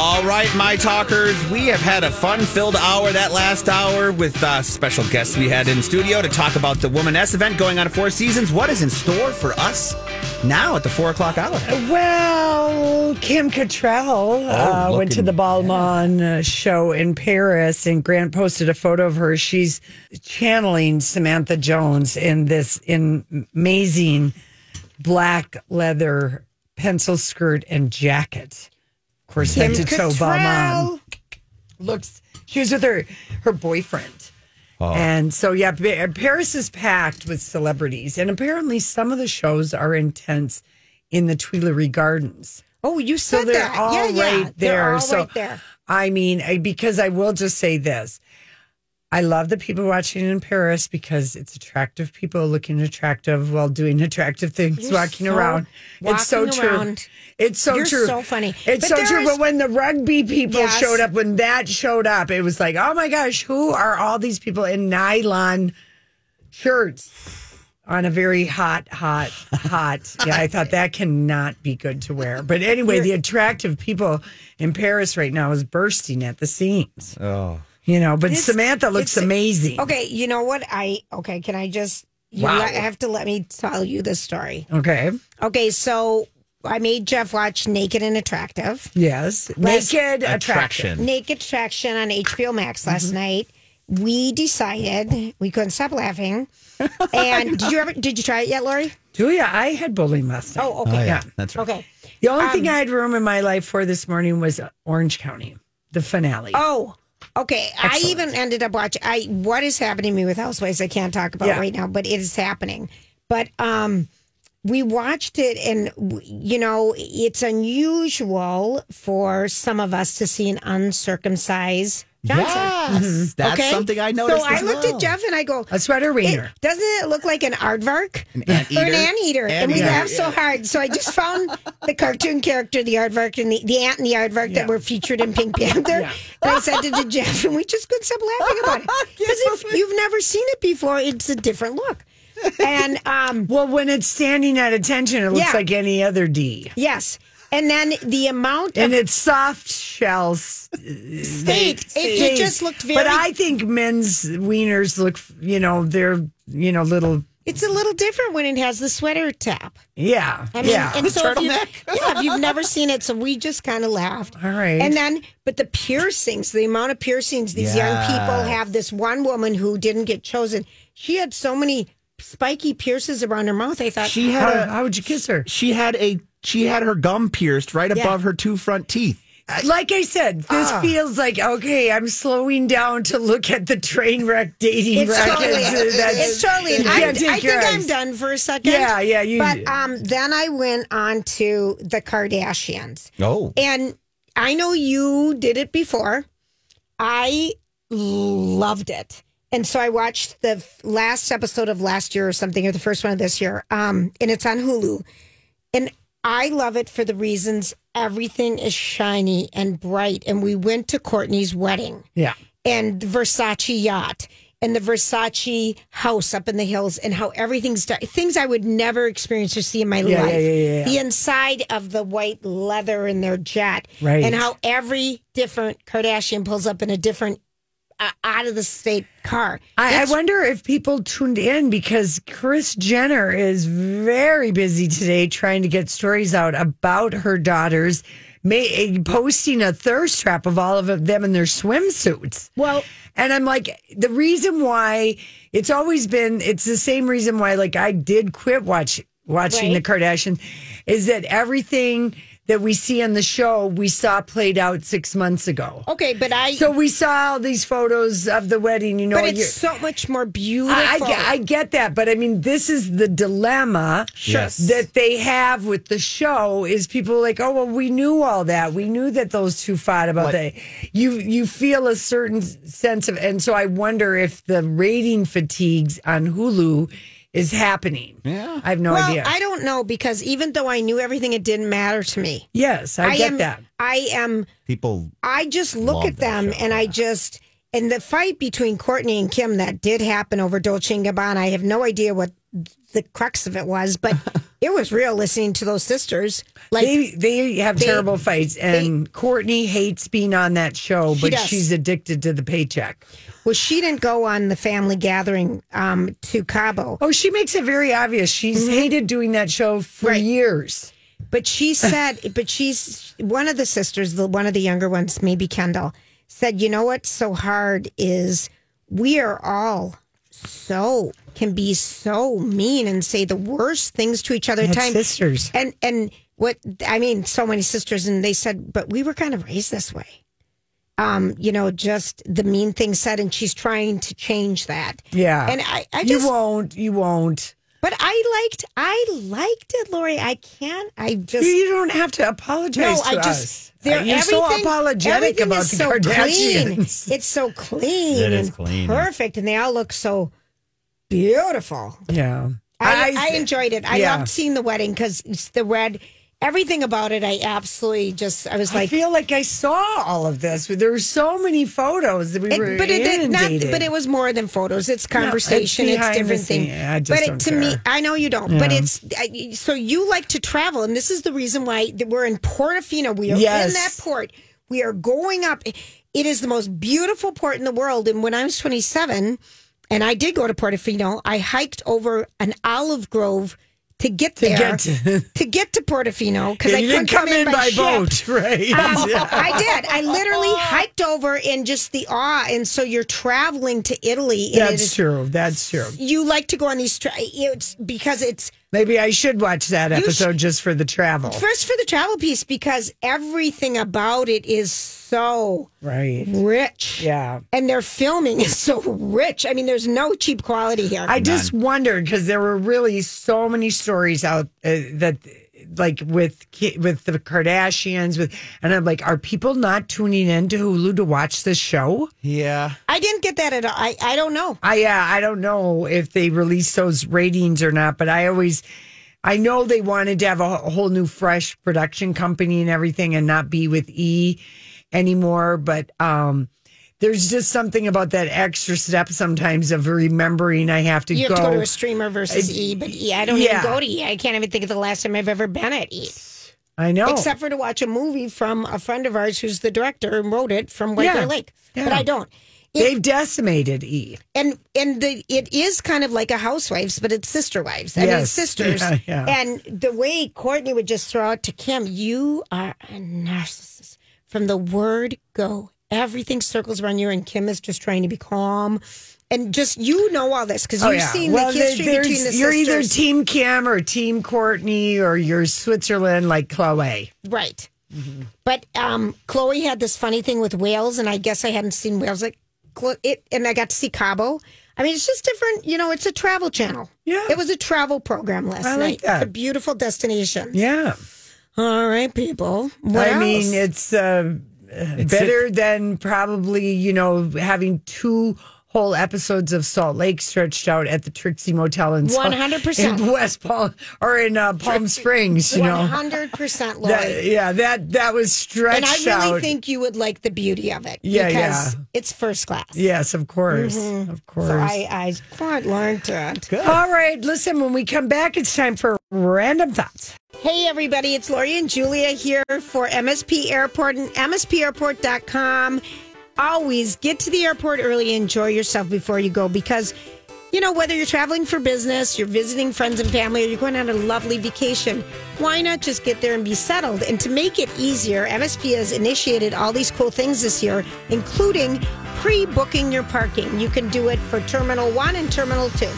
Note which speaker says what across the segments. Speaker 1: All right, my talkers, we have had a fun filled hour that last hour with uh, special guests we had in studio to talk about the Woman S event going on at Four Seasons. What is in store for us now at the four o'clock hour?
Speaker 2: Well, Kim Cattrall uh, went to the Balmain uh show in Paris, and Grant posted a photo of her. She's channeling Samantha Jones in this in- amazing black leather pencil skirt and jacket. Of course,
Speaker 3: Kim
Speaker 2: sent it to Balmain.
Speaker 3: Cattrall.
Speaker 2: Looks, she was with her her boyfriend. And so, yeah, Pa- Paris is packed with celebrities, and apparently, some of the shows are intense in the Tuileries Gardens.
Speaker 3: Oh, you
Speaker 2: So
Speaker 3: said
Speaker 2: they're
Speaker 3: that.
Speaker 2: all
Speaker 3: yeah,
Speaker 2: right
Speaker 3: yeah.
Speaker 2: there.
Speaker 3: They're all
Speaker 2: so
Speaker 3: right there.
Speaker 2: I mean, I- because I will just say this. I love the people watching in Paris because it's attractive people looking attractive while doing attractive things,
Speaker 3: You're
Speaker 2: walking
Speaker 3: so-
Speaker 2: around. it's so
Speaker 3: walking
Speaker 2: true.
Speaker 3: around.
Speaker 2: It's so
Speaker 3: You're
Speaker 2: true.
Speaker 3: so funny.
Speaker 2: It's
Speaker 3: But
Speaker 2: so
Speaker 3: there
Speaker 2: true.
Speaker 3: is-
Speaker 2: but when the rugby people
Speaker 3: Yes.
Speaker 2: showed up, when that showed up, it was like, oh my gosh, who are all these people in nylon shirts on a very hot, hot, hot? yeah, I thought that cannot be good to wear. But anyway, the attractive people in Paris right now is bursting at the seams. Oh. You know, but
Speaker 3: It's-
Speaker 2: Samantha looks
Speaker 3: it's-
Speaker 2: amazing.
Speaker 3: Okay, you know what? I okay. Can I just? You
Speaker 2: Wow.
Speaker 3: le- have to let me tell you the story.
Speaker 2: Okay.
Speaker 3: Okay, so I made Jeff watch Naked and Attractive,
Speaker 2: Yes.
Speaker 3: Last-
Speaker 2: Naked attraction.
Speaker 3: Naked Attraction on HBO Max last night. We decided we couldn't stop laughing. And did you ever? Did you try it yet, Lori?
Speaker 2: Julia, I had bowling last night.
Speaker 3: Oh, okay.
Speaker 2: yeah.
Speaker 1: That's right.
Speaker 3: Okay.
Speaker 2: The only
Speaker 3: Um,
Speaker 2: thing I had room in my life for this morning was Orange County, the finale.
Speaker 3: Oh, okay. I even ended up watching. I what is happening to me with Housewives? I can't talk about
Speaker 2: Yeah.
Speaker 3: right now, but it is happening. But um, we watched it, and w- you know, it's unusual for some of us to see an uncircumcised Johnson. Mm-hmm.
Speaker 1: Yes, that's
Speaker 3: okay?
Speaker 1: something I noticed.
Speaker 3: So I
Speaker 1: as
Speaker 3: looked
Speaker 1: well.
Speaker 3: at Jeff and I go,
Speaker 2: a sweater wiener.
Speaker 3: it, doesn't it look like an aardvark? An
Speaker 1: anteater.
Speaker 3: Or an anteater. and we
Speaker 1: Anteater,
Speaker 3: laughed so hard. So I just found the cartoon character, the aardvark, and the, the ant and the aardvark that were featured in Pink Panther. And I sent it to Jeff, and we just couldn't stop laughing about it. Because if you've never seen it before, it's a different look. And um,
Speaker 2: well, when it's standing at attention, it looks
Speaker 3: Yeah.
Speaker 2: like any other D.
Speaker 3: yes. And then the amount of
Speaker 2: And it's soft shell s-
Speaker 3: steak, it, it just looked very.
Speaker 2: But I think men's wieners look, you know, they're, you know, little.
Speaker 3: it's a little different when it has the sweater top.
Speaker 2: Yeah.
Speaker 3: I mean,
Speaker 2: yeah.
Speaker 3: and so if you, yeah, if you've never seen it, so we just kind of laughed.
Speaker 2: All right.
Speaker 3: And then, but the piercings, the amount of piercings these young people have. This one woman who didn't get chosen, she had so many spiky pierces around her mouth. I thought,
Speaker 1: She had
Speaker 2: how,
Speaker 1: a,
Speaker 2: how would you kiss her?
Speaker 1: she had a she had her gum pierced right above her two front teeth.
Speaker 2: Like I said, this
Speaker 3: Ah.
Speaker 2: feels like okay. I'm slowing down to look at the train wreck dating
Speaker 3: it's
Speaker 2: records.
Speaker 3: totally,
Speaker 2: Uh, that's-
Speaker 3: it's totally.
Speaker 2: you
Speaker 3: I, I
Speaker 2: can't take
Speaker 3: think
Speaker 2: your
Speaker 3: I'm
Speaker 2: eyes.
Speaker 3: done for a second.
Speaker 2: Yeah, yeah, you-
Speaker 3: But um, then I went on to the Kardashians.
Speaker 1: Oh,
Speaker 3: And I know you did it before. I loved it. And so I watched the f- last episode of last year or something, or the first one of this year. Um, and it's on Hulu. And I love it for the reasons everything is shiny and bright. And we went to Courtney's wedding
Speaker 2: Yeah.
Speaker 3: and the Versace yacht and the Versace house up in the hills and how everything's done. Things I would never experience or see in my
Speaker 2: yeah,
Speaker 3: life.
Speaker 2: yeah, yeah, yeah.
Speaker 3: The inside of the white leather in their jet.
Speaker 2: Right.
Speaker 3: And how every different Kardashian pulls up in a different uh, out of the state car.
Speaker 2: I, I wonder if people tuned in because Chris Jenner is very busy today trying to get stories out about her daughters ma- posting a thirst trap of all of them in their swimsuits.
Speaker 3: Well,
Speaker 2: And I'm like, the reason why it's always been, it's the same reason why, like, I did quit watch, watching
Speaker 3: Right.
Speaker 2: the Kardashians, is that everything that we see on the show, we saw played out six months ago.
Speaker 3: okay, but Oh, I.
Speaker 2: So we saw all these photos of the wedding, you know.
Speaker 3: but it's
Speaker 2: you're-
Speaker 3: so much more beautiful.
Speaker 2: I, I get, I get that, but I mean, this is the dilemma
Speaker 1: Yes.
Speaker 2: that they have with the show is people are like, oh well, we knew all that, we knew that those two fought about that. You you feel a certain sense of, and so I wonder if the rating fatigues on Hulu is happening. Yeah, I have no
Speaker 3: well,
Speaker 2: idea.
Speaker 3: I don't know because even though I knew everything, it didn't matter to me.
Speaker 2: yes, I, get
Speaker 3: am.
Speaker 2: that.
Speaker 3: I am.
Speaker 1: People
Speaker 3: I just look
Speaker 1: Love
Speaker 3: at
Speaker 1: that
Speaker 3: them
Speaker 1: show,
Speaker 3: and I just and the fight between Courtney and Kim that did happen over Dolce and Gabbana. I have no idea what the crux of it was, but it was real listening to those sisters. Like
Speaker 2: They they have terrible fights, and Courtney hates being on that show, but
Speaker 3: does.
Speaker 2: she's addicted to the paycheck.
Speaker 3: well, she didn't go on the family gathering um, to Cabo,
Speaker 2: Oh, she makes it very obvious. She's hated doing that show for
Speaker 3: Mm-hmm. Right.
Speaker 2: years.
Speaker 3: but she said, but she's one of the sisters, the one of the younger ones, maybe Kendall, said, you know what's so hard is we are all so can be so mean and say the worst things to each other at
Speaker 2: That's
Speaker 3: times.
Speaker 2: sisters.
Speaker 3: and and what I mean, so many sisters, and they said, but we were kind of raised this way. Um, you know, just the mean thing said, and she's trying to change that.
Speaker 2: Yeah.
Speaker 3: and I, I
Speaker 2: you
Speaker 3: just,
Speaker 2: won't. You won't.
Speaker 3: but I liked, I liked it, Lori. I can't, I just.
Speaker 2: You don't have to apologize
Speaker 3: no, I
Speaker 2: to
Speaker 3: just
Speaker 2: us.
Speaker 3: they're
Speaker 2: You're so
Speaker 3: everything-
Speaker 2: apologetic
Speaker 3: everything
Speaker 2: about
Speaker 3: is
Speaker 2: the
Speaker 3: so
Speaker 2: Kardashians.
Speaker 3: Clean. It's so clean.
Speaker 1: It is
Speaker 3: and
Speaker 1: clean.
Speaker 3: perfect, and they all look so beautiful.
Speaker 2: Yeah.
Speaker 3: I, I enjoyed it. I
Speaker 2: yeah.
Speaker 3: loved seeing the wedding because it's the red, everything about it. I absolutely just, I was
Speaker 2: I
Speaker 3: like,
Speaker 2: feel like I saw all of this. There were so many photos that we
Speaker 3: it-
Speaker 2: were
Speaker 3: but it did not.
Speaker 2: inundated.
Speaker 3: But it was more than photos. It's conversation. it's,
Speaker 2: behind the
Speaker 3: different things.
Speaker 2: scene. I just
Speaker 3: but
Speaker 2: don't
Speaker 3: it, to me,
Speaker 2: care.
Speaker 3: I know you don't. But it's I, so you like to travel, and this is the reason why that we're in Portofino. We are
Speaker 2: Yes.
Speaker 3: in that port. We are going up. It is the most beautiful port in the world. And when I was 27, and I did go to Portofino, I hiked over an olive grove to get
Speaker 2: To
Speaker 3: there
Speaker 2: get to-
Speaker 3: to get to Portofino because I
Speaker 2: you
Speaker 3: couldn't
Speaker 2: didn't come in by
Speaker 3: ship.
Speaker 2: boat, right?
Speaker 3: Um, I did. I literally hiked over in just the awe. And so you're traveling to Italy. And it
Speaker 2: That's
Speaker 3: is-
Speaker 2: true. That's true.
Speaker 3: You like to go on these tra- it's because it's
Speaker 2: Maybe I should watch that
Speaker 3: sh-
Speaker 2: episode just for the travel.
Speaker 3: first for the travel piece because everything about it is so
Speaker 2: right.
Speaker 3: rich.
Speaker 2: Yeah.
Speaker 3: And their filming is so rich. I mean, there's no cheap quality here.
Speaker 2: I just wondered because there were really so many stories out uh, that, like with Ki- with the Kardashians, with and I'm like, are people not tuning in to Hulu to watch this show?
Speaker 1: Yeah.
Speaker 3: I didn't get that at all. I, I don't know.
Speaker 2: I uh, I don't know if they release those ratings or not, but I always. I know they wanted to have a wh- whole new, fresh production company and everything, and not be with E anymore. But um, there's just something about that extra step sometimes of remembering I have to
Speaker 3: You
Speaker 2: go.
Speaker 3: have to go to a streamer versus E, but E, I don't
Speaker 2: yeah.
Speaker 3: even go to E. I can't even think of the last time I've ever been at E.
Speaker 2: I know.
Speaker 3: except for to watch a movie from a friend of ours who's the director and wrote it from White
Speaker 2: Yeah.
Speaker 3: Bear Lake. But
Speaker 2: Yeah.
Speaker 3: I don't. It-
Speaker 2: They've decimated E.
Speaker 3: and and the it is kind of like a housewives, but it's sister wives. I mean,
Speaker 2: Yes.
Speaker 3: it's sisters.
Speaker 2: Yeah, yeah.
Speaker 3: And the way Courtney would just throw out to Kim, "You are a narcissist from the word go. Everything circles around you." And Kim is just trying to be calm, and just you know all this because you've seen
Speaker 2: Oh, well,
Speaker 3: the
Speaker 2: there-
Speaker 3: history
Speaker 2: there's-
Speaker 3: between the
Speaker 2: you're either
Speaker 3: sisters,
Speaker 2: Team Kim or Team Courtney or you're Switzerland like Chloe.
Speaker 3: right?
Speaker 2: Mm-hmm.
Speaker 3: But um, Chloe had this funny thing with whales, and I guess I hadn't seen whales like Chlo- it, and I got to see Cabo. I mean, it's just different. You know, it's a travel channel.
Speaker 2: Yeah.
Speaker 3: it was a travel program last
Speaker 2: I like
Speaker 3: night.
Speaker 2: that.
Speaker 3: It's a beautiful destination.
Speaker 2: Yeah,
Speaker 3: All right, people. What
Speaker 2: I mean
Speaker 3: else?
Speaker 2: it's, uh, better than probably you know having two whole episodes of Salt Lake stretched out at the Trixie Motel in Salt-
Speaker 3: 100%.
Speaker 2: in West Palm or in uh, Palm Springs. You
Speaker 3: one
Speaker 2: know,
Speaker 3: hundred percent, Lori.
Speaker 2: that, yeah, that that was
Speaker 3: and I
Speaker 2: stretched
Speaker 3: really
Speaker 2: out.
Speaker 3: think you would like the beauty of it.
Speaker 2: Yeah,
Speaker 3: because
Speaker 2: yeah.
Speaker 3: It's first class.
Speaker 2: yes, of course, of course.
Speaker 3: So Mm-hmm. I, I can't learn to. it.
Speaker 2: All right, listen, when we come back, it's time for random thoughts.
Speaker 3: Hey, everybody, it's Lori and Julia here for MSP Airport and MSPAirport.com. Always get to the airport early, enjoy yourself before you go because you know, whether you're traveling for business, you're visiting friends and family, or you're going on a lovely vacation, why not just get there and be settled? And to make it easier, MSP has initiated all these cool things this year, including pre booking your parking. You can do it for Terminal 1 and Terminal 2.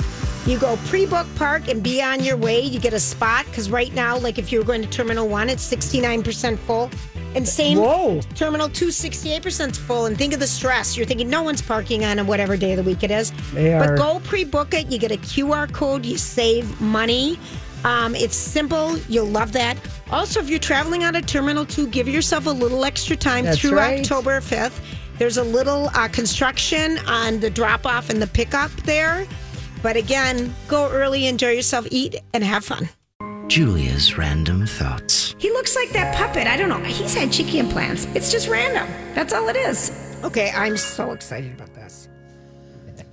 Speaker 3: You go pre book park and be on your way. You get a spot because right now, like if you were going to Terminal 1, it's 69% full. And same
Speaker 2: Whoa.
Speaker 3: Terminal 2, 68% full. And think of the stress. You're thinking no one's parking on whatever day of the week it is.
Speaker 2: They
Speaker 3: but
Speaker 2: are-
Speaker 3: go pre book it. You get a QR code. You save money. Um, it's simple. You'll love that. Also, if you're traveling out of Terminal 2, give yourself a little extra time
Speaker 2: That's
Speaker 3: through
Speaker 2: right.
Speaker 3: October 5th. There's a little uh, construction on the drop off and the pickup there. But again, go early, enjoy yourself, eat, and have fun.
Speaker 4: Julia's random thoughts.
Speaker 5: He looks like that puppet. I don't know. He's had cheeky implants. It's just random. That's all it is.
Speaker 3: Okay, I'm so excited about this.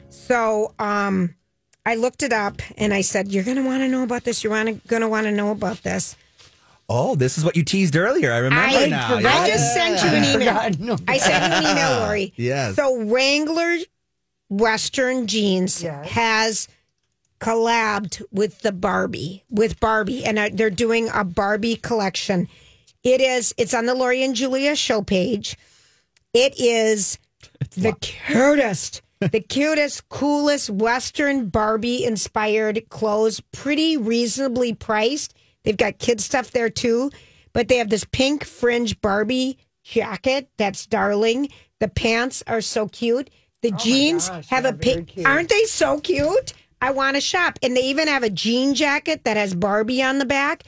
Speaker 3: So, um, I looked it up and I said, "You're gonna want to know about this. You're wanna, gonna want to know about this."
Speaker 1: Oh, this is what you teased earlier. I remember
Speaker 3: I,
Speaker 1: now.
Speaker 3: I just sent you an
Speaker 2: forgot.
Speaker 3: email.
Speaker 2: No.
Speaker 3: I sent you an email, Lori.
Speaker 1: Yes.
Speaker 3: So Wrangler Western Jeans has collabed with the Barbie, with Barbie, and uh, they're doing a Barbie collection. It is. It's on the Lori and Julia show page. It is the cutest, the cutest, coolest Western Barbie inspired clothes, pretty reasonably priced. They've got kid stuff there too, but they have this pink fringe Barbie jacket that's darling. The pants are so cute. The jeans have a pink. Aren't they so cute? I want to shop. And they even have a jean jacket that has Barbie on the back.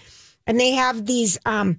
Speaker 3: And they have these um,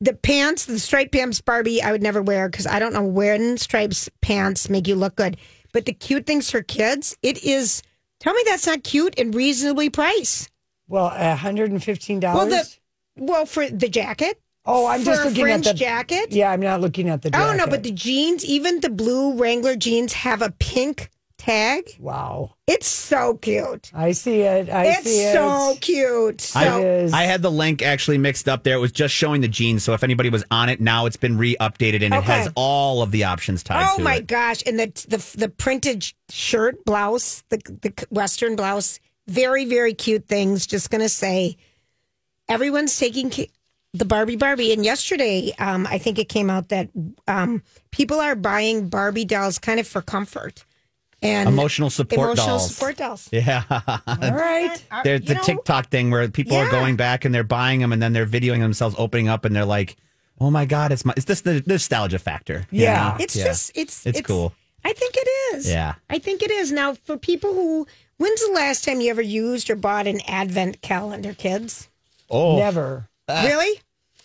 Speaker 3: the pants, the striped pants Barbie, I would never wear because I don't know when stripes pants make you look good. But the cute things for kids, it is. Tell me that's not cute and reasonably priced.
Speaker 2: Well, $115.
Speaker 3: Well, the well for the jacket.
Speaker 2: oh, I'm just
Speaker 3: for a
Speaker 2: looking at
Speaker 3: fringe
Speaker 2: the
Speaker 3: jacket.
Speaker 2: Yeah, I'm not looking at the jacket.
Speaker 3: Oh no, but the jeans, even the blue Wrangler jeans, have a pink tag.
Speaker 2: Wow.
Speaker 3: It's so cute.
Speaker 2: I see it. I see
Speaker 3: it's so
Speaker 2: it.
Speaker 3: cute. So
Speaker 2: I- It is.
Speaker 1: I had the link actually mixed up there. It was just showing the jeans. So if anybody was on it, now it's been re updated and it
Speaker 3: Okay.
Speaker 1: has all of the options tied
Speaker 3: Oh
Speaker 1: to
Speaker 3: my
Speaker 1: it.
Speaker 3: gosh! And the the the printed sh- shirt, blouse, the the western blouse, very very cute things. Just gonna say, everyone's taking ca- the Barbie Barbie. And yesterday, um, I think it came out that um, people are buying Barbie dolls kind of for comfort and
Speaker 1: Emotional support
Speaker 3: emotional
Speaker 1: dolls.
Speaker 3: support dolls.
Speaker 1: Yeah.
Speaker 2: All right.
Speaker 3: Are-
Speaker 1: There's
Speaker 3: you
Speaker 1: the
Speaker 3: know,
Speaker 1: TikTok thing where people are
Speaker 3: Yeah.
Speaker 1: going back and they're buying them and then they're videoing themselves opening up and they're like, oh my God, it's my, it's this the nostalgia factor. you
Speaker 2: Yeah.
Speaker 1: know?
Speaker 3: It's
Speaker 1: Yeah.
Speaker 3: just it's,
Speaker 1: It's cool.
Speaker 3: I think it is.
Speaker 1: Yeah.
Speaker 3: I think it is. Now for people who, when's the last time you ever used or bought an advent calendar, kids?
Speaker 1: Oh,
Speaker 2: Never.
Speaker 3: Really?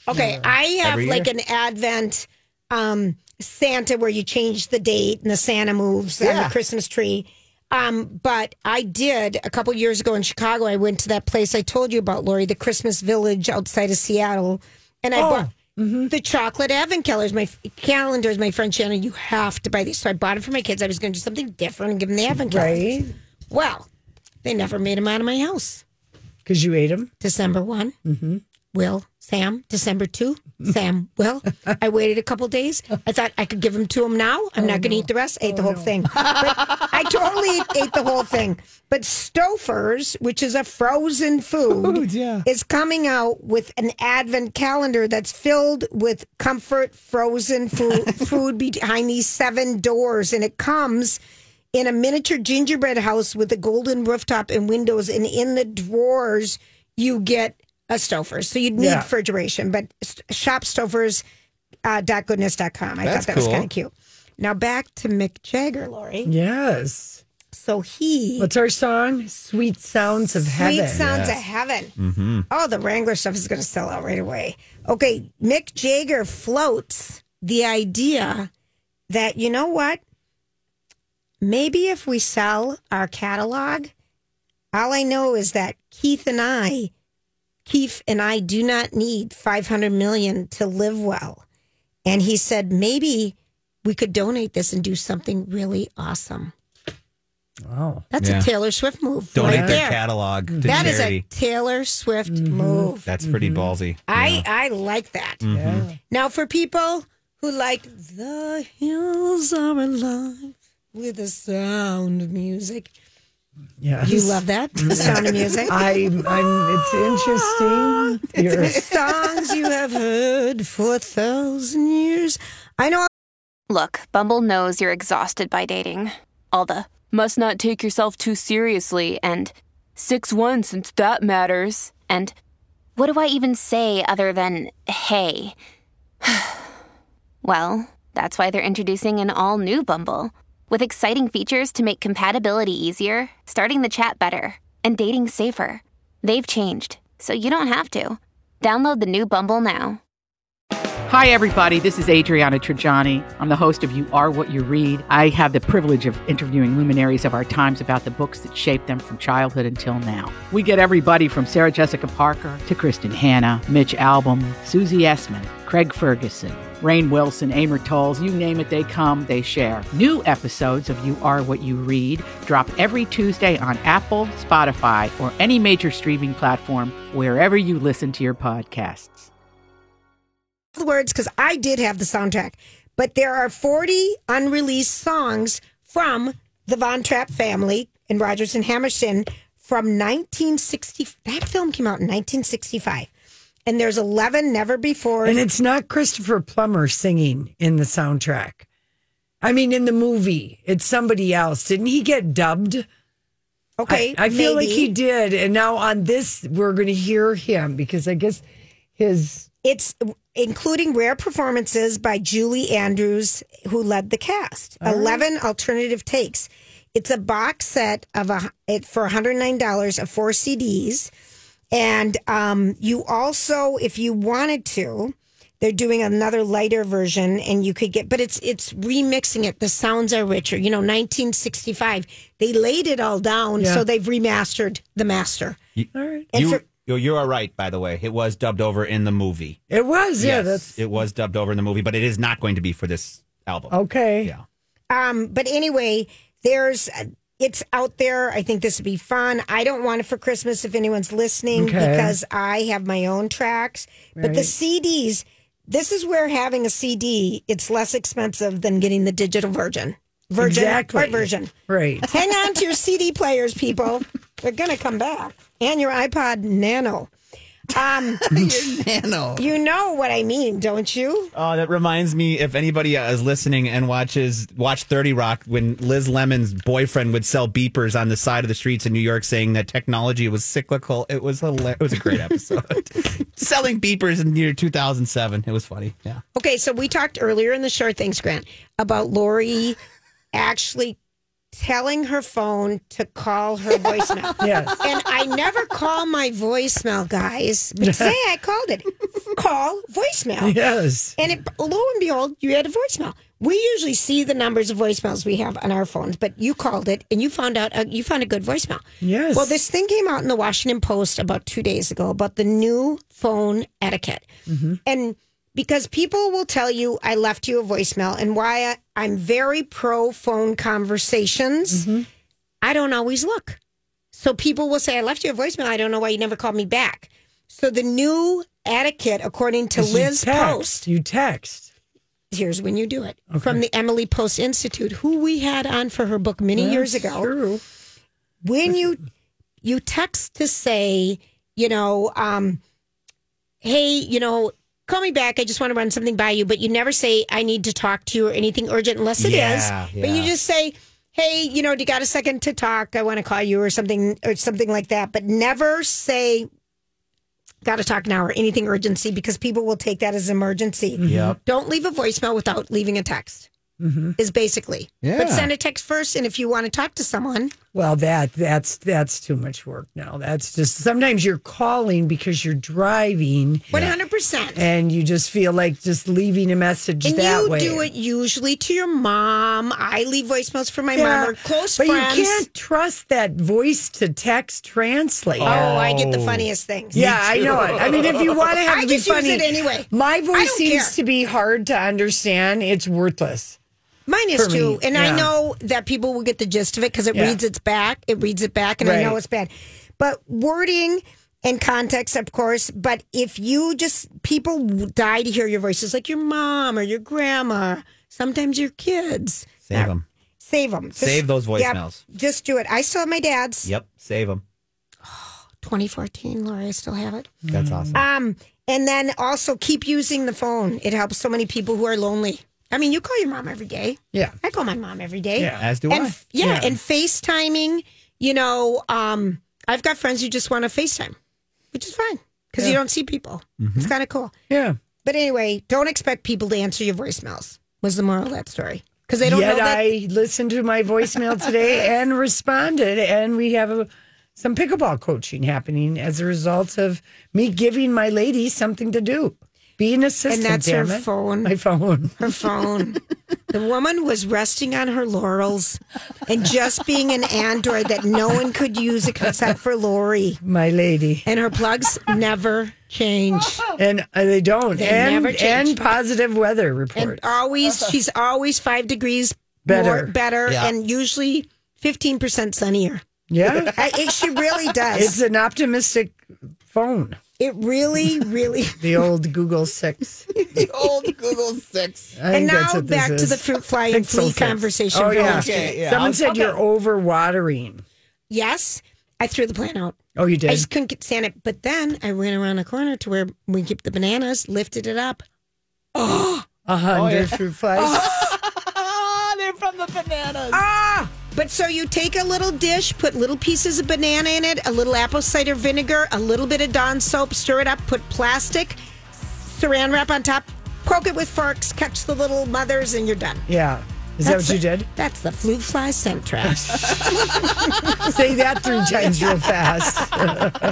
Speaker 3: Okay, I have
Speaker 1: Every year?
Speaker 3: like an advent um Santa where you change the date and the Santa moves on the
Speaker 1: Yeah.
Speaker 3: Christmas tree. Um, but I did a couple years ago in Chicago. I went to that place I told you about, Lori, the Christmas Village outside of Seattle, and
Speaker 1: Oh.
Speaker 3: I bought
Speaker 1: Mm-hmm.
Speaker 3: the chocolate advent calendars. My f- calendars, my friend Shannon, you have to buy these. So I bought it for my kids. I was going to do something different and give them the advent calendars.
Speaker 2: Right?
Speaker 3: Well, they never made them out of my house.
Speaker 2: Because you ate them.
Speaker 3: December one Will, Sam. December 2, Sam, Will. I waited a couple days. I thought I could give them to him now. I'm not going to eat the rest. I ate the whole thing. But I totally ate the whole thing. But Stouffer's, which is a frozen food, is coming out with an advent calendar that's filled with comfort frozen food, food behind these seven doors. And it comes in a miniature gingerbread house with a golden rooftop and windows. And in the drawers, you get a Stouffer. So you'd need
Speaker 2: Yeah.
Speaker 3: refrigeration, but s- shop Stouffer's. Uh, dot goodness.com. I
Speaker 1: That's
Speaker 3: thought that was
Speaker 1: cool.
Speaker 3: kind of cute. Now back to Mick Jagger, Lori.
Speaker 2: Yes.
Speaker 3: So he
Speaker 2: What's our song? Sweet Sounds of
Speaker 3: Sweet
Speaker 2: Heaven.
Speaker 3: sounds of heaven.
Speaker 1: Mm-hmm.
Speaker 3: Oh, the Wrangler stuff is going to sell out right away. Okay, Mick Jagger floats the idea that you know what? Maybe if we sell our catalog, all I know is that Keith and I, Keith and I, do not need five hundred million to live well. And he said maybe we could donate this and do something really awesome.
Speaker 2: Wow.
Speaker 3: That's
Speaker 1: Yeah.
Speaker 3: a Taylor Swift move.
Speaker 1: donate
Speaker 3: right
Speaker 1: their
Speaker 3: there.
Speaker 1: catalog to
Speaker 3: That is
Speaker 1: charity.
Speaker 3: a Mm-hmm. Taylor Swift
Speaker 2: Mm-hmm.
Speaker 3: move.
Speaker 1: That's pretty ballsy.
Speaker 3: I I like that. Now for people who like the hills are alive with the sound of music,
Speaker 2: Yes. Mm-hmm.
Speaker 3: You love that? The sound of music?
Speaker 2: I'm, I'm, it's interesting. You're-
Speaker 3: songs you have heard for a thousand years. I know
Speaker 6: Look, Bumble knows you're exhausted by dating. All the must not take yourself too seriously and 6 1 since that matters. And what do I even say other than hey? well, that's why they're introducing an all new Bumble with exciting features to make compatibility easier, starting the chat better, and dating safer. They've changed, so you don't have to. Download the new Bumble now.
Speaker 7: Hi, everybody. This is Adriana Trajani. I'm the host of You Are What You Read. I have the privilege of interviewing luminaries of our times about the books that shaped them from childhood until now. We get everybody from Sarah Jessica Parker to Kristen Hanna, Mitch Albom, Susie Essman, Craig Ferguson, Rain Wilson, Amor Tolls, you name it, they come, they share. New episodes of You Are What You Read drop every Tuesday on Apple, Spotify, or any major streaming platform wherever you listen to your podcasts.
Speaker 3: the words because I did have the soundtrack, but there are 40 unreleased songs from the Von Trapp family and Rogers and Hammerstein from 1960. That film came out in 1965. And there's 11 never before.
Speaker 2: and it's not Christopher Plummer singing in the soundtrack. I mean, in the movie, it's somebody else. Didn't he get dubbed?
Speaker 3: okay.
Speaker 2: I, I feel like
Speaker 3: maybe.
Speaker 2: he did. And now on this, we're going to hear him because I guess his
Speaker 3: It's including rare performances by Julie Andrews, who led the cast. Eleven alternative takes. It's a box set of a it for one hundred nine dollars of four CDs, and um, you also, if you wanted to, they're doing another lighter version, and you could get. But it's it's remixing it. The sounds are richer. You know, nineteen sixty five. They laid it all down, so they've remastered the master. And
Speaker 1: You,
Speaker 3: for-
Speaker 1: you, you are right, by the way. It was dubbed over in the movie.
Speaker 2: it was yeah.
Speaker 1: Yes,
Speaker 2: That's
Speaker 1: it was dubbed over in the movie, but it is not going to be for this album.
Speaker 2: okay.
Speaker 1: Yeah.
Speaker 3: Um, but anyway, there's uh, it's out there. I think this would be fun. I don't want it for Christmas if anyone's listening
Speaker 2: Okay.
Speaker 3: because I have my own tracks. But the CDs, this is where having a CD it's less expensive than getting the digital version. Virgin
Speaker 2: Exactly.
Speaker 3: or version.
Speaker 2: Right.
Speaker 3: Hang on to your CD players, people. They're gonna come back. And your iPod Nano. Um,
Speaker 1: Nano.
Speaker 3: you know what I mean, don't you?
Speaker 1: Oh, that reminds me. If anybody uh, is listening and watches watch Thirty Rock, when Liz Lemon's boyfriend would sell beepers on the side of the streets in New York, saying that technology was cyclical, it was hilarious. It was a great episode. Selling beepers in the year two thousand seven, it was funny. Yeah,
Speaker 3: Okay, so we talked earlier in the show, thanks, Grant, about Lori actually telling her phone to call her voicemail.
Speaker 2: Yes.
Speaker 3: And I never call my voicemail, guys. But today I called it. Call voicemail.
Speaker 2: Yes.
Speaker 3: And it, lo and behold, you had a voicemail. We usually see the numbers of voicemails we have on our phones, but you called it and you found out uh, you found a good voicemail.
Speaker 2: Yes.
Speaker 3: Well, this thing came out in the Washington Post about two days ago about the new phone etiquette,
Speaker 2: Mm-hmm.
Speaker 3: and because people will tell you I left you a voicemail, and why I, I'm very pro phone conversations.
Speaker 2: Mm-hmm.
Speaker 3: I don't always look. So people will say, I left you a voicemail. I don't know why you never called me back. So the new etiquette, according to
Speaker 2: Because you
Speaker 3: Liz
Speaker 2: text,
Speaker 3: Post,
Speaker 2: You text.
Speaker 3: here's when you do it from the Emily Post Institute, who we had on for her book many years ago.
Speaker 2: True.
Speaker 3: When you you text to say, you know, um, hey, you know, call me back. I just want to run something by you, but you never say I need to talk to you or anything urgent unless it is.
Speaker 1: Yeah,
Speaker 3: But you
Speaker 1: yeah.
Speaker 3: just say, hey, you know, do you got a second to talk? I want to call you or something or something like that. But never say. Got to talk now or anything urgency because people will take that as emergency.
Speaker 1: Yep.
Speaker 3: Don't leave a voicemail without leaving a text.
Speaker 2: Mm-hmm.
Speaker 3: Is basically. But
Speaker 1: Yeah.
Speaker 3: send a text first, and if you want to talk to someone,
Speaker 2: Well, that that's that's too much work now. That's just sometimes you're calling because you're driving
Speaker 3: one hundred percent.
Speaker 2: and you just feel like just leaving a message
Speaker 3: And
Speaker 2: that
Speaker 3: you
Speaker 2: way.
Speaker 3: do it usually to your mom. I leave voicemails for my mom or close
Speaker 2: but
Speaker 3: friends.
Speaker 2: you can't trust that voice to text translate.
Speaker 3: Oh, I get the funniest things.
Speaker 2: Yeah, I know it. I mean, if you want to have
Speaker 3: I
Speaker 2: to be
Speaker 3: just use
Speaker 2: funny,
Speaker 3: it anyway. I
Speaker 2: My voice
Speaker 3: don't
Speaker 2: seems
Speaker 3: care.
Speaker 2: to be hard to understand. It's worthless.
Speaker 3: Mine is
Speaker 2: For me,
Speaker 3: too. And I
Speaker 2: yeah.
Speaker 3: know that people will get the gist of it because it
Speaker 2: Yeah.
Speaker 3: reads its back. It reads it back, and I know
Speaker 2: Right.
Speaker 3: it's bad. But wording and context, of course. But if you just, people die to hear your voices, like your mom or your grandma, sometimes your kids.
Speaker 1: save them.
Speaker 3: Save them.
Speaker 1: Save those voicemails.
Speaker 3: just do it. I still have my dad's.
Speaker 1: Yep, save them.
Speaker 3: 2014, Lori, I still have it.
Speaker 1: That's awesome.
Speaker 3: Um, and then also keep using the phone. It helps so many people who are lonely. I mean, you call your mom every day.
Speaker 1: Yeah.
Speaker 3: I call my mom every day.
Speaker 1: Yeah, as do
Speaker 3: and,
Speaker 1: I.
Speaker 3: Yeah,
Speaker 1: Yeah.
Speaker 3: and FaceTiming, you know, um, I've got friends who just want to FaceTime, which is fine because you don't see people.
Speaker 1: Mm-hmm.
Speaker 3: It's kind of cool.
Speaker 2: Yeah.
Speaker 3: But anyway, don't expect people to answer your voicemails, was the moral of that story. Because they don't
Speaker 2: Yet
Speaker 3: know that.
Speaker 2: I listened to my voicemail today and responded, and we have a, some pickleball coaching happening as a result of me giving my lady something to do. Be an assistant,
Speaker 3: that's her
Speaker 2: damn it.
Speaker 3: phone.
Speaker 2: My phone.
Speaker 3: her phone. the woman was resting on her laurels and just being an android that no one could use except for Lori.
Speaker 2: My lady.
Speaker 3: And her plugs never change.
Speaker 2: And uh, they don't.
Speaker 3: They
Speaker 2: and,
Speaker 3: never change.
Speaker 2: and positive weather
Speaker 3: And
Speaker 2: reports.
Speaker 3: always, she's always five degrees
Speaker 2: Better.
Speaker 3: more, better
Speaker 1: Yeah.
Speaker 3: and usually 15% sunnier.
Speaker 2: yeah.
Speaker 3: I, it, she really does.
Speaker 2: It's an optimistic phone,
Speaker 3: it really, really.
Speaker 2: the old Google 6.
Speaker 1: the old Google Six.
Speaker 2: I
Speaker 3: and
Speaker 2: think that's
Speaker 3: now
Speaker 2: what this
Speaker 3: back to
Speaker 2: is.
Speaker 3: the fruit fly and
Speaker 2: Pixel
Speaker 3: flea
Speaker 2: 6.
Speaker 3: conversation.
Speaker 2: Oh,
Speaker 3: from
Speaker 2: yeah.
Speaker 3: yesterday.
Speaker 1: Okay, yeah.
Speaker 2: Someone
Speaker 1: I'll-
Speaker 2: said
Speaker 1: okay.
Speaker 2: you're over watering.
Speaker 3: Yes, I threw the plant out.
Speaker 2: Oh, you
Speaker 3: I
Speaker 2: did?
Speaker 3: just couldn't get, stand it. But then I went around the corner to where we keep the bananas, lifted it up.
Speaker 2: A
Speaker 3: Oh,
Speaker 2: hundred fruit flies.
Speaker 1: They're from the bananas.
Speaker 3: Ah! But so you take a little dish, put little pieces of banana in it, a little apple cider vinegar, a little bit of Dawn soap, stir it up, put plastic, saran wrap on top, poke it with forks, catch the little mothers, and you're done.
Speaker 2: Yeah. Is that what you
Speaker 3: the-
Speaker 2: did?
Speaker 3: That's the flu fly scent trap.
Speaker 2: Say that three times real fast.
Speaker 3: All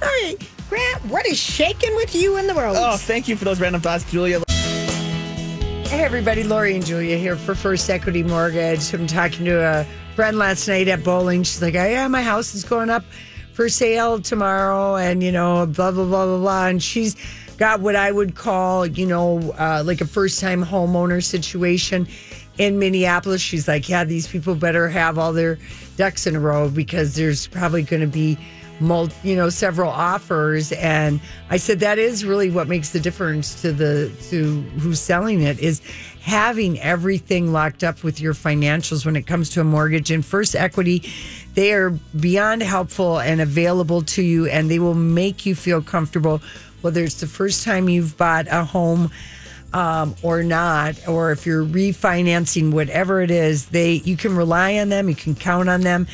Speaker 3: right, Grant, what is shaking with you in the world?
Speaker 1: Oh, thank you for those random thoughts, Julia.
Speaker 2: Hey, everybody. Lori and Julia here for First Equity Mortgage. I'm talking to a friend last night at bowling. She's like, oh, yeah, my house is going up for sale tomorrow and, you know, blah, blah, blah, blah, blah. And she's got what I would call, you know, uh, like a first time homeowner situation in Minneapolis. She's like, yeah, these people better have all their ducks in a row because there's probably going to be mul- you know several offers and i said that is really what makes the difference to the to who's selling it is having everything locked up with your financials when it comes to a mortgage and first equity they are beyond helpful and available to you and they will make you feel comfortable whether it's the first time you've bought a home um, or not, or if you're refinancing, whatever it is, they you can rely on them, you can count on them,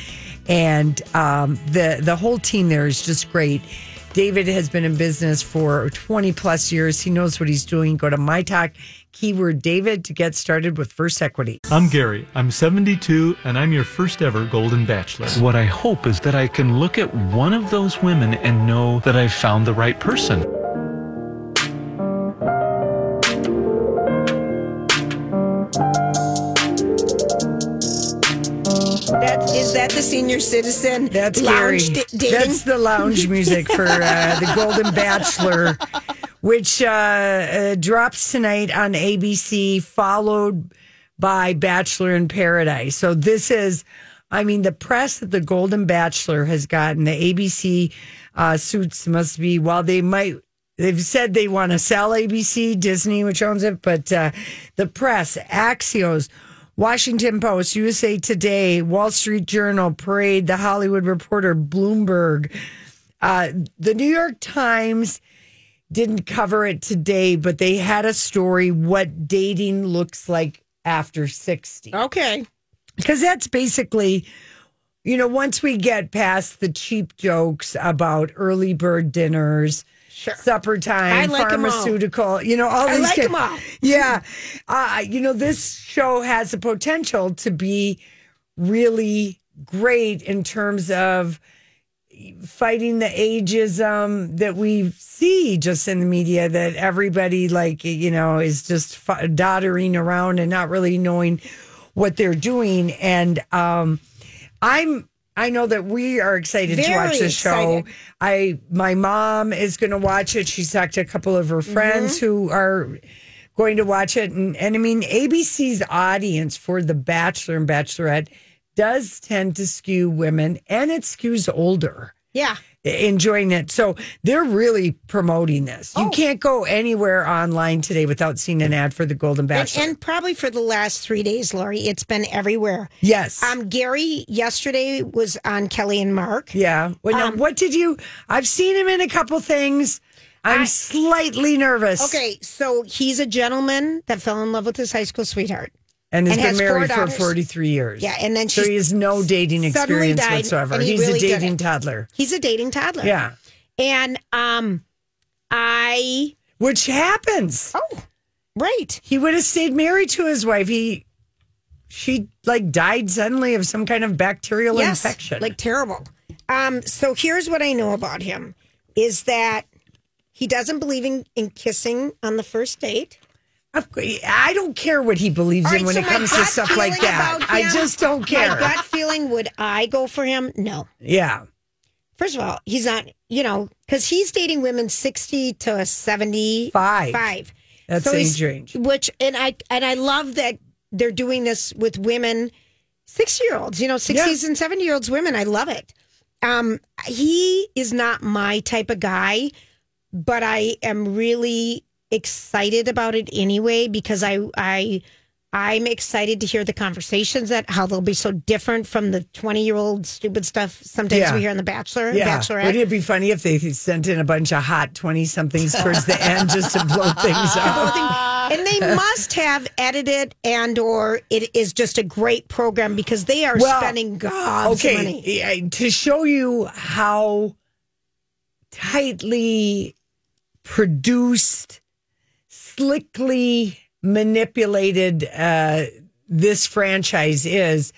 Speaker 2: and um, the the whole team there is just great. David has been in business for 20 plus years. He knows what he's doing. Go to my talk keyword David to get started with First Equity.
Speaker 8: I'm Gary. I'm 72 and I'm your first ever Golden Bachelor. What I hope is that I can look at one of those women and know that I've found the right person.
Speaker 3: That is that the senior citizen?
Speaker 2: That's
Speaker 3: lounge
Speaker 2: Gary.
Speaker 3: da- dating?
Speaker 2: That's the lounge music for uh, the Golden Bachelor, which uh, uh, drops tonight on ABC, followed by Bachelor in Paradise. So this is, I mean, the press that the Golden Bachelor has gotten. The ABC uh, suits must be while they might. They've said they want to sell ABC, Disney, which owns it, but uh, the press, Axios, Washington Post, USA Today, Wall Street Journal, Parade, The Hollywood Reporter, Bloomberg, uh, The New York Times didn't cover it today, but they had a story what dating looks like after 60
Speaker 3: Oh. okay.
Speaker 2: because that's basically you know once we get past the cheap jokes about early bird dinners supper time
Speaker 3: I like 'em all.
Speaker 2: pharmaceutical you know all
Speaker 3: I
Speaker 2: these
Speaker 3: like
Speaker 2: ki-
Speaker 3: 'em all.
Speaker 2: yeah uh, you know this show has the potential to be really great in terms of fighting the ageism that we see just in the media that everybody like you know is just f- doddering around and not really knowing what they're doing and um i'm i know that we are excited to
Speaker 3: Very
Speaker 2: watch the show
Speaker 3: excited.
Speaker 2: i my mom is going to watch it she's talked to a couple of her friends
Speaker 3: Mm-hmm.
Speaker 2: who are going to watch it and, and i mean abc's audience for the bachelor and bachelorette does tend to skew women and it skews older
Speaker 3: Yeah.
Speaker 2: enjoying it. So they're really promoting this.
Speaker 3: Oh.
Speaker 2: You can't go anywhere online today without seeing an ad for the Golden
Speaker 3: And,
Speaker 2: Bachelor.
Speaker 3: and probably for the last three days, Lori, it's been everywhere.
Speaker 2: Yes.
Speaker 3: Um, Gary yesterday was on Kelly and Mark.
Speaker 2: yeah. Well, now,
Speaker 3: Um,
Speaker 2: what did you? I've seen him in a couple things. I'm slightly nervous.
Speaker 3: Okay, so he's a gentleman that fell in love with his high school sweetheart.
Speaker 2: And has
Speaker 3: And
Speaker 2: been
Speaker 3: has four
Speaker 2: married for
Speaker 3: daughters.
Speaker 2: 43 years.
Speaker 3: Yeah, and then
Speaker 2: so
Speaker 3: she's
Speaker 2: he has no dating
Speaker 3: suddenly
Speaker 2: experience
Speaker 3: died, and
Speaker 2: whatsoever.
Speaker 3: he
Speaker 2: He's
Speaker 3: really
Speaker 2: a dating
Speaker 3: didn't.
Speaker 2: toddler.
Speaker 3: He's a dating toddler.
Speaker 2: Yeah.
Speaker 3: And um I
Speaker 2: Which happens.
Speaker 3: Oh, right.
Speaker 2: He would have stayed married to his wife. He she like died suddenly of some kind of bacterial
Speaker 3: yes,
Speaker 2: infection.
Speaker 3: Like terrible. Um, so here's what I know about him is that he doesn't believe in, in kissing on the first date.
Speaker 2: Of course, I don't care what he believes
Speaker 3: All
Speaker 2: in
Speaker 3: right,
Speaker 2: when
Speaker 3: so
Speaker 2: it
Speaker 3: my
Speaker 2: comes to
Speaker 3: gut
Speaker 2: stuff like
Speaker 3: feeling
Speaker 2: that.
Speaker 3: about
Speaker 2: I
Speaker 3: him-
Speaker 2: just don't care.
Speaker 3: My gut feeling, would I go for him? No.
Speaker 2: Yeah.
Speaker 3: First of all, he's not, you know, because he's dating women 60 to 75. Five.
Speaker 2: That's
Speaker 3: he's-
Speaker 2: age range.
Speaker 3: Which, and I, and I love that they're doing this with women, 60 year olds, you know, 60s and 70 year olds women. I love it. Um, he is not my type of guy, but I am really excited about it anyway because I, I, I'm excited to hear the conversations that how they'll be so different from the 20 year old stupid stuff sometimes
Speaker 2: Yeah.
Speaker 3: we hear on The Bachelor, and
Speaker 2: Yeah.
Speaker 3: Bachelorette.
Speaker 2: Wouldn't it be funny if they sent in a bunch of hot 20 somethings towards the end just to blow things up?
Speaker 3: and they must have edited and or it is just a great program because they are
Speaker 2: Well,
Speaker 3: spending God's
Speaker 2: okay,
Speaker 3: money.
Speaker 2: yeah, to show you how tightly produced, slickly manipulated uh, this franchise is,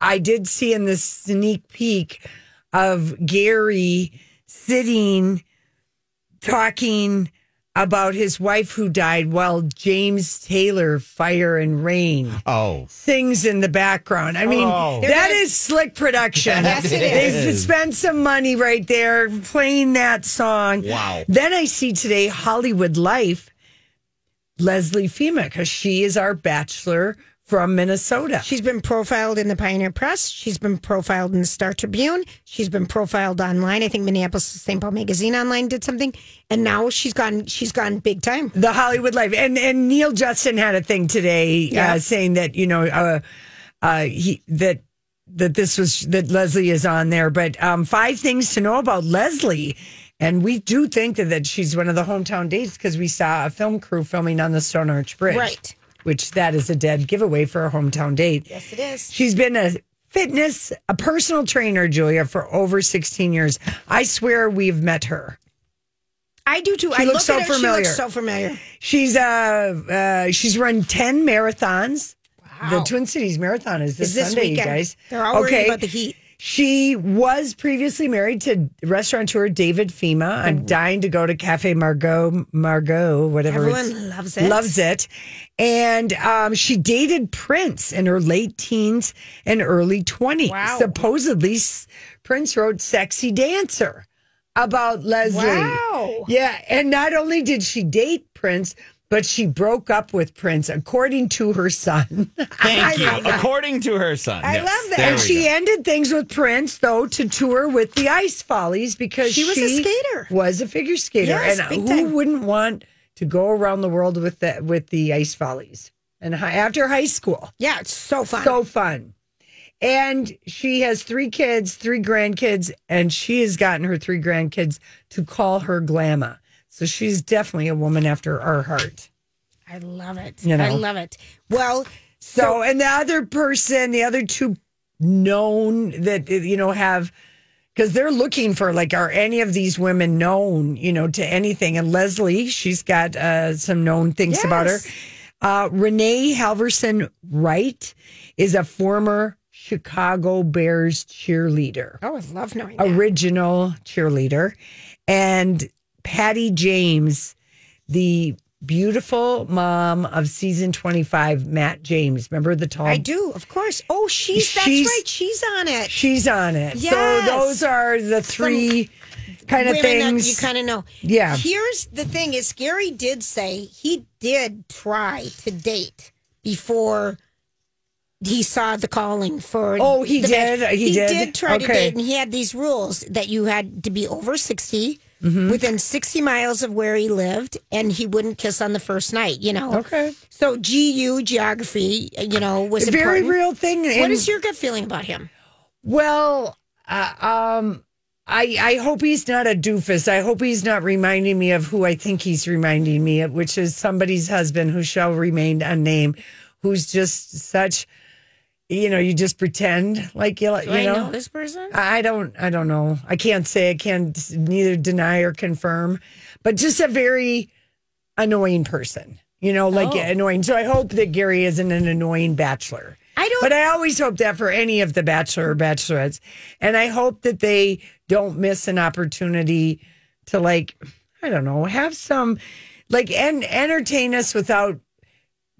Speaker 2: I did see in the sneak peek of Gary sitting talking about his wife who died while James Taylor fire and rain
Speaker 1: Oh.
Speaker 2: things in the background. I mean,
Speaker 1: Oh.
Speaker 2: that is slick production.
Speaker 1: Yes, it
Speaker 2: They
Speaker 1: is.
Speaker 2: spent some money right there playing that song.
Speaker 1: Wow.
Speaker 2: Then I see today Hollywood Life, Leslie Fema, because she is our bachelor from Minnesota.
Speaker 3: She's been profiled in the Pioneer Press. She's been profiled in the Star Tribune. She's been profiled online. I think Minneapolis St. Paul Magazine online did something. And now she's gone she's gone big time.
Speaker 2: the Hollywood life. And and Neil Justin had a thing today
Speaker 3: Yeah.
Speaker 2: uh, saying that you know uh, uh, he that that this was that Leslie is on there, but um, five things to know about Leslie. And we do think that, that she's one of the hometown dates because we saw a film crew filming on the Stone Arch Bridge,
Speaker 3: Right.
Speaker 2: Which that is a dead giveaway for a hometown date.
Speaker 3: Yes, it is.
Speaker 2: She's been a fitness, a personal trainer, Julia, for over 16 years. I swear we've met her.
Speaker 3: I do too.
Speaker 2: She
Speaker 3: I
Speaker 2: looks
Speaker 3: look
Speaker 2: so
Speaker 3: at her, She
Speaker 2: familiar.
Speaker 3: looks so familiar.
Speaker 2: She's uh, uh she's run ten marathons. The Twin Cities Marathon is this,
Speaker 3: Is this
Speaker 2: Sunday, you
Speaker 3: weekend.
Speaker 2: guys.
Speaker 3: They're all worried about the heat.
Speaker 2: She was previously married to restaurateur David Fema.
Speaker 3: Oh.
Speaker 2: I'm dying to go to Cafe Margot, Margot, whatever. it's-
Speaker 3: Everyone loves it.
Speaker 2: Loves it. And um, she dated Prince in her late teens and early 20s.
Speaker 3: Wow.
Speaker 2: Supposedly, s- Prince wrote Sexy Dancer about Leslie.
Speaker 3: Wow.
Speaker 2: Yeah. And not only did she date Prince, but she broke up with Prince, according to her son.
Speaker 1: Thank
Speaker 2: I love
Speaker 1: you.
Speaker 2: that.
Speaker 1: According to her son.
Speaker 3: I
Speaker 1: Yes.
Speaker 3: love that.
Speaker 1: There
Speaker 2: And
Speaker 1: we
Speaker 2: she
Speaker 1: go.
Speaker 2: ended things with Prince, though, to tour with the Ice Follies because
Speaker 3: She was a skater.
Speaker 2: Was a figure skater,
Speaker 3: Yes,
Speaker 2: and
Speaker 3: big
Speaker 2: who
Speaker 3: time.
Speaker 2: wouldn't want to go around the world with the with the Ice Follies? And hi, after high school,
Speaker 3: Yeah, it's so fun.
Speaker 2: so fun. And she has three kids, three grandkids, and she has gotten her three grandkids to call her Glamma. So she's definitely a woman after our heart.
Speaker 3: I love it.
Speaker 2: You
Speaker 3: I
Speaker 2: know.
Speaker 3: love it. Well,
Speaker 2: So, and the other person, the other two known that, you know, have, because they're looking for like, are any of these women known, you know, to anything? And Leslie, she's got uh, some known things about her.
Speaker 3: Yes.
Speaker 2: Uh, Renee Halverson Wright is a former Chicago Bears cheerleader,
Speaker 3: oh, I love knowing that.
Speaker 2: original cheerleader. And Patty James, the beautiful mom of season 25, Matt James. Remember the tall
Speaker 3: I do, of course. Oh, she's that's
Speaker 2: Um, She's-
Speaker 3: right. She's on it.
Speaker 2: She's on it.
Speaker 3: Yes.
Speaker 2: So those are the three kind of
Speaker 3: Women that
Speaker 2: things.
Speaker 3: you kind of know.
Speaker 2: Yeah.
Speaker 3: Here's the thing: is Gary did say he did try to date before he saw the calling for.
Speaker 2: Oh, he
Speaker 3: the
Speaker 2: did?
Speaker 3: match.
Speaker 2: He did?
Speaker 3: try to
Speaker 2: Okay.
Speaker 3: date, and he had these rules that you had to be over 60
Speaker 2: Mm-hmm.
Speaker 3: within sixty miles of where he lived, and he wouldn't kiss on the first night. You know.
Speaker 2: Okay.
Speaker 3: So GU geography, you know, was
Speaker 2: A very
Speaker 3: important.
Speaker 2: real thing.
Speaker 3: What
Speaker 2: and-
Speaker 3: is your gut feeling about him?
Speaker 2: Well, uh, um, I I hope he's not a doofus. I hope he's not reminding me of who I think he's reminding me of, which is somebody's husband who shall remain unnamed, who's just such, you know, you just pretend like you, li-
Speaker 3: Do
Speaker 2: you
Speaker 3: I
Speaker 2: know.
Speaker 3: know this person?
Speaker 2: I I don't. I don't know. I can't say. I can't neither deny or confirm, but just a very annoying person. You know, like
Speaker 3: Oh.
Speaker 2: annoying. So I hope that Gary isn't an annoying bachelor.
Speaker 3: I don't-
Speaker 2: But I always hope that for any of the bachelor or bachelorettes, and I hope that they don't miss an opportunity to like, I don't know, have some, like, and entertain us without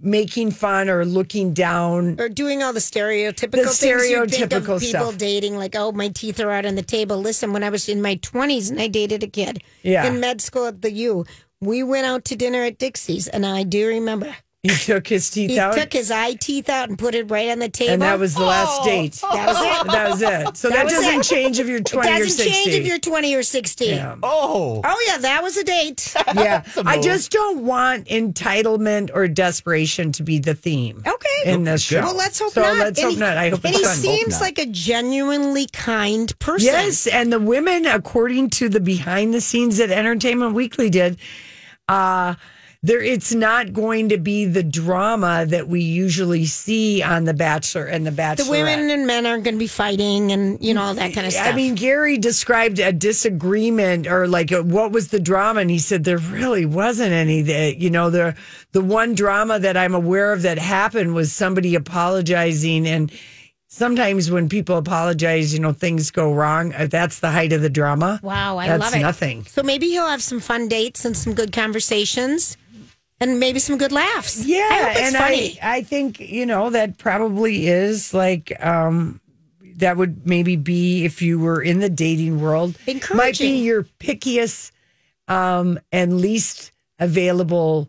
Speaker 2: making fun or looking down.
Speaker 3: or doing all the stereotypical
Speaker 2: The
Speaker 3: things you think of
Speaker 2: stereotypical
Speaker 3: people
Speaker 2: stuff.
Speaker 3: dating like oh my teeth are out on the table listen when i was in my 20s and i dated a kid
Speaker 2: Yeah.
Speaker 3: in med school at the u we went out to dinner at dixie's and i do remember
Speaker 2: He took his teeth
Speaker 3: he
Speaker 2: out.
Speaker 3: took his eye teeth out and put it right on the table
Speaker 2: And that was the last
Speaker 3: Oh,
Speaker 2: date.
Speaker 3: that was it
Speaker 2: That was it. So that,
Speaker 3: was
Speaker 2: doesn't
Speaker 3: it.
Speaker 2: change if you're
Speaker 3: It
Speaker 2: 20 or
Speaker 3: doesn't
Speaker 2: 60.
Speaker 3: change if you're 20 or 60
Speaker 9: Oh.
Speaker 3: oh yeah that was a date
Speaker 2: yeah. I
Speaker 3: move.
Speaker 2: just don't want entitlement or desperation to be the theme.
Speaker 3: Okay.
Speaker 2: In this show.
Speaker 3: Well, let's hope
Speaker 2: so
Speaker 3: not.
Speaker 2: let's
Speaker 3: And
Speaker 2: hope
Speaker 3: he-
Speaker 2: not. I hope
Speaker 3: And
Speaker 2: it's
Speaker 3: he
Speaker 2: fun.
Speaker 3: seems like a genuinely kind person.
Speaker 2: Yes, and the women, according to the behind the scenes that Entertainment Weekly did, uh there it's not going to be the drama that we usually see on The Bachelor and The Bachelorette.
Speaker 3: The women and men are going to be fighting and, you know, all that kind of stuff.
Speaker 2: I mean, Gary described a disagreement or like a, what was the drama, and he said there really wasn't any. That you know, the the one drama that I'm aware of that happened was somebody apologizing, and sometimes when people apologize, you know, things go wrong. Uh, That's the height of the drama.
Speaker 3: Wow, I
Speaker 2: That's
Speaker 3: love it.
Speaker 2: nothing.
Speaker 3: So maybe he'll have some fun dates and some good conversations, and maybe some good laughs.
Speaker 2: Yeah,
Speaker 3: I hope it's
Speaker 2: and
Speaker 3: funny.
Speaker 2: I I think you know that probably is like um that would maybe be if you were in the dating world might be
Speaker 3: Encouraging.
Speaker 2: your pickiest um and least available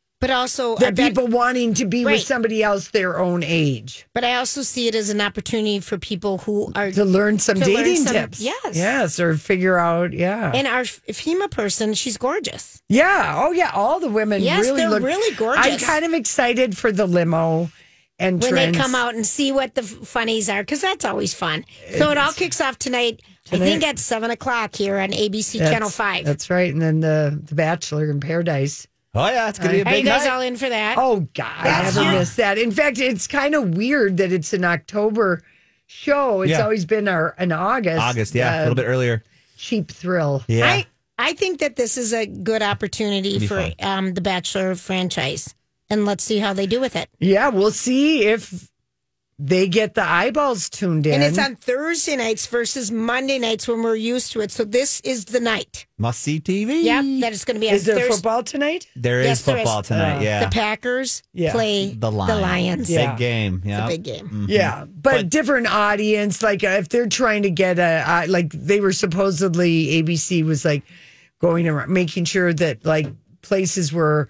Speaker 3: But also, Oh, I
Speaker 2: That
Speaker 3: bet-
Speaker 2: people wanting to be
Speaker 3: Right.
Speaker 2: with somebody else their own age
Speaker 3: but I also see it as an opportunity for people who are
Speaker 2: to learn some
Speaker 3: To learn
Speaker 2: dating
Speaker 3: some-
Speaker 2: tips.
Speaker 3: yes.
Speaker 2: Yes, or figure out, yeah.
Speaker 3: And our FEMA person, she's gorgeous.
Speaker 2: yeah, oh yeah, all the women
Speaker 3: Yes,
Speaker 2: really
Speaker 3: they're
Speaker 2: look
Speaker 3: really gorgeous.
Speaker 2: I'm kind of excited for the limo and
Speaker 3: when
Speaker 2: trends.
Speaker 3: they come out and see what the f- funnies are because that's always fun. So it all kicks off tonight. I think
Speaker 2: Tonight-
Speaker 3: at seven o'clock here on ABC
Speaker 2: That's-
Speaker 3: Channel Five.
Speaker 2: That's right. And then the the Bachelor in Paradise.
Speaker 1: Oh yeah, it's gonna be a
Speaker 3: Are you
Speaker 1: big
Speaker 3: guys
Speaker 1: night.
Speaker 3: all in for that?
Speaker 2: Oh God,
Speaker 3: That's
Speaker 2: I never
Speaker 3: your-
Speaker 2: missed that. In fact, it's kind of weird that it's an October show. It's
Speaker 1: Yeah.
Speaker 2: always been our an August.
Speaker 1: August, yeah, a
Speaker 2: uh,
Speaker 1: little bit earlier.
Speaker 2: Cheap thrill.
Speaker 1: Yeah.
Speaker 3: I, I think that this is a good opportunity
Speaker 1: Be
Speaker 3: for
Speaker 1: fun.
Speaker 3: um, the Bachelor franchise, and let's see how they do with it.
Speaker 2: Yeah, we'll see if they get the eyeballs tuned in.
Speaker 3: And it's on Thursday nights versus Monday nights when we're used to it. So this is the night.
Speaker 1: Must see TV.
Speaker 3: Yeah, that is going to be. on
Speaker 2: Is there
Speaker 3: Thurs-
Speaker 2: football tonight?
Speaker 1: There is
Speaker 3: Yes, there is.
Speaker 1: football tonight.
Speaker 2: Uh,
Speaker 1: yeah.
Speaker 3: The Packers
Speaker 2: Yeah.
Speaker 3: play
Speaker 1: the Lions.
Speaker 2: Yeah.
Speaker 1: Big game. Yeah.
Speaker 3: big game.
Speaker 2: Yeah, but, different audience. Like uh, if they're trying to get a, uh, like they were supposedly ABC was like going around making sure that like places were.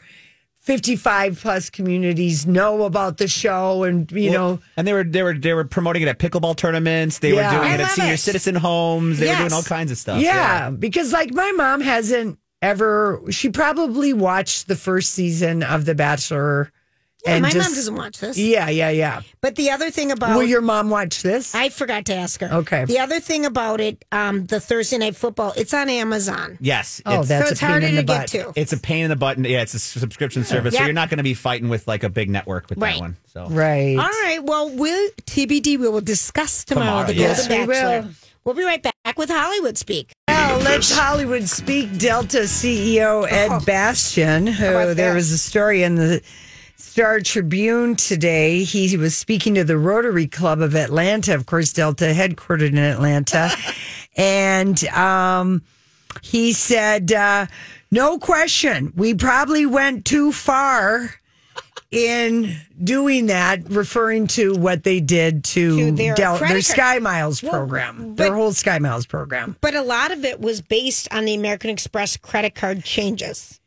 Speaker 2: 55 plus communities know about the show and you
Speaker 1: Well,
Speaker 2: know
Speaker 1: and they were they were they were promoting it at pickleball tournaments. They
Speaker 2: Yeah.
Speaker 1: were doing
Speaker 2: I
Speaker 1: it at
Speaker 2: love
Speaker 1: senior
Speaker 2: it.
Speaker 1: citizen homes. They were
Speaker 2: Yes.
Speaker 1: doing all kinds of stuff.
Speaker 2: Yeah, because like my mom hasn't ever. She probably watched the first season of The Bachelor.
Speaker 3: Yeah,
Speaker 2: and
Speaker 3: my
Speaker 2: just-
Speaker 3: mom doesn't watch this.
Speaker 2: Yeah, yeah, yeah.
Speaker 3: But the other thing about
Speaker 2: Will your mom watch this?
Speaker 3: I forgot to ask her.
Speaker 2: Okay.
Speaker 3: The other thing about it, um, the Thursday night football, it's on Amazon.
Speaker 1: Yes.
Speaker 2: Oh, that's
Speaker 3: So
Speaker 2: a
Speaker 3: it's
Speaker 2: pain
Speaker 3: harder
Speaker 2: in the
Speaker 3: to get
Speaker 2: butt.
Speaker 3: to.
Speaker 1: It's a pain in the butt. and- Yeah, it's a subscription service, so
Speaker 3: Yeah.
Speaker 1: you're not going to be fighting with like a big network with that
Speaker 3: Right.
Speaker 1: one. So
Speaker 2: Right.
Speaker 3: All right. Well, we'll TBD. We will discuss tomorrow,
Speaker 1: Tomorrow,
Speaker 3: the
Speaker 1: yes.
Speaker 3: Golden
Speaker 2: Yes, we
Speaker 3: Bachelor. We'll be right back with Hollywood Speak. Well,
Speaker 2: Let's
Speaker 10: this.
Speaker 2: Hollywood Speak Delta CEO Ed
Speaker 3: Oh.
Speaker 2: Bastian, who there was a story in the Star Tribune today. He was speaking to the Rotary Club of Atlanta, of course, Delta headquartered in Atlanta. and um, he said, uh, No question, we probably went too far in doing that, referring to what they did to,
Speaker 3: To their
Speaker 2: Del- their
Speaker 3: credit card-
Speaker 2: Sky Miles
Speaker 3: Well,
Speaker 2: program,
Speaker 3: but-
Speaker 2: their whole Sky Miles program.
Speaker 3: But a lot of it was based on the American Express credit card changes.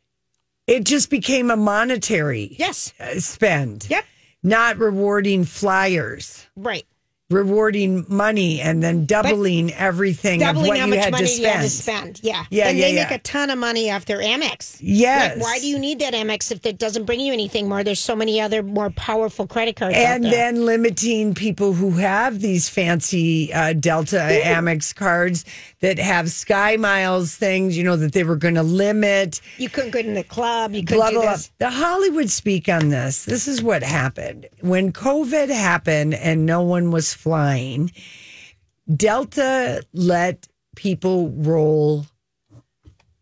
Speaker 2: It just became a monetary uh,
Speaker 3: yes
Speaker 2: spend. Yep. Not rewarding flyers.
Speaker 3: Right.
Speaker 2: Rewarding money and then doubling everything of
Speaker 3: Doubling
Speaker 2: what
Speaker 3: how
Speaker 2: you
Speaker 3: much
Speaker 2: had
Speaker 3: money
Speaker 2: to
Speaker 3: you had
Speaker 2: spend.
Speaker 3: to spend. Yeah.
Speaker 2: Yeah,
Speaker 3: And
Speaker 2: yeah,
Speaker 3: they
Speaker 2: yeah.
Speaker 3: make a ton of money off their Amex.
Speaker 2: Yes.
Speaker 3: Like, why do you need that Amex if it doesn't bring you anything more? There's so many other more powerful credit cards. out
Speaker 2: and
Speaker 3: there.
Speaker 2: then limiting people who have these fancy uh, Delta Amex cards that have Sky Miles things, you know, that they were going to limit.
Speaker 3: you couldn't go in the club. You couldn't
Speaker 2: blah,
Speaker 3: do
Speaker 2: blah,
Speaker 3: this.
Speaker 2: blah. The Hollywood speak on this. This is what happened. When COVID happened and no one was flying, Delta let people roll their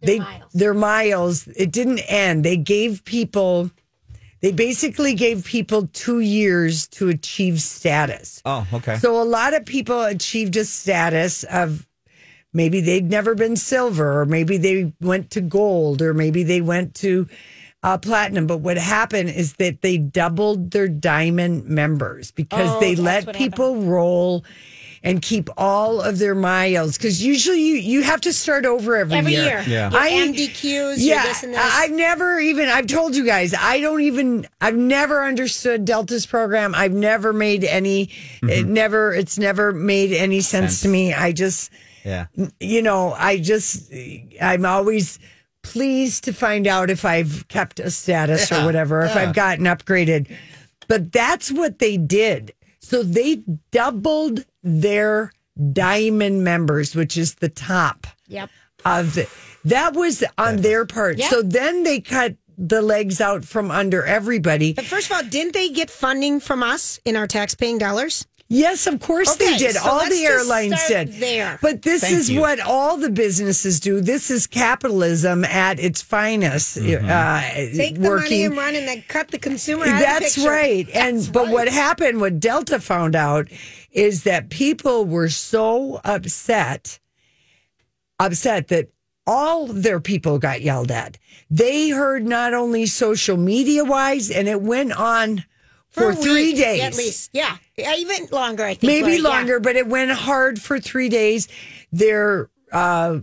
Speaker 2: they, miles. Their miles. It didn't end. They gave people, they basically gave people two years to achieve status.
Speaker 1: Oh, okay.
Speaker 2: So a lot of people achieved a status of maybe they'd never been silver, or maybe they went to gold, or maybe they went to uh, platinum. But what happened is that they doubled their diamond members because
Speaker 3: Oh,
Speaker 2: they
Speaker 3: that's
Speaker 2: let
Speaker 3: what
Speaker 2: people roll and keep all of their miles because usually you you have to start over every,
Speaker 3: Every
Speaker 2: year.
Speaker 3: year. Yeah. Your MDQs, your this and this.
Speaker 2: I- I've never even I've told you guys I don't even I've never understood Delta's program. I've never made any
Speaker 3: Mm-hmm.
Speaker 2: it never it's never made any sense, to me. I just
Speaker 1: Yeah.
Speaker 2: you know, I just I'm always pleased to find out if I've kept a status
Speaker 3: Yeah,
Speaker 2: or whatever, if
Speaker 3: yeah.
Speaker 2: I've gotten upgraded. But that's what they did. So they doubled their diamond members, which is the top
Speaker 3: Yep.
Speaker 2: of the, that was on their part.
Speaker 3: Yeah.
Speaker 2: So then they cut the legs out from under everybody.
Speaker 3: But first of all, didn't they get funding from us in our tax-paying dollars?
Speaker 2: Yes, of course they
Speaker 3: Okay,
Speaker 2: did.
Speaker 3: so
Speaker 2: all
Speaker 3: let's
Speaker 2: the
Speaker 3: just
Speaker 2: airlines
Speaker 3: start
Speaker 2: did.
Speaker 3: there.
Speaker 2: But this
Speaker 3: Thank
Speaker 2: is
Speaker 3: you.
Speaker 2: what all the businesses do. This is capitalism at its finest. Uh,
Speaker 3: Mm-hmm. Take the
Speaker 2: working.
Speaker 3: money and run, and then cut the consumer. out
Speaker 2: That's
Speaker 3: of the picture.
Speaker 2: right. And but what
Speaker 3: right.
Speaker 2: happened, what Delta found out, is that people were so upset, upset that all their people got yelled at. They heard not only social media wise, and it went on
Speaker 3: For
Speaker 2: for,
Speaker 3: a
Speaker 2: three
Speaker 3: week,
Speaker 2: days
Speaker 3: at least. Yeah, Yeah, even longer. I think
Speaker 2: maybe
Speaker 3: but yeah.
Speaker 2: longer, but it went hard for three days. Their uh,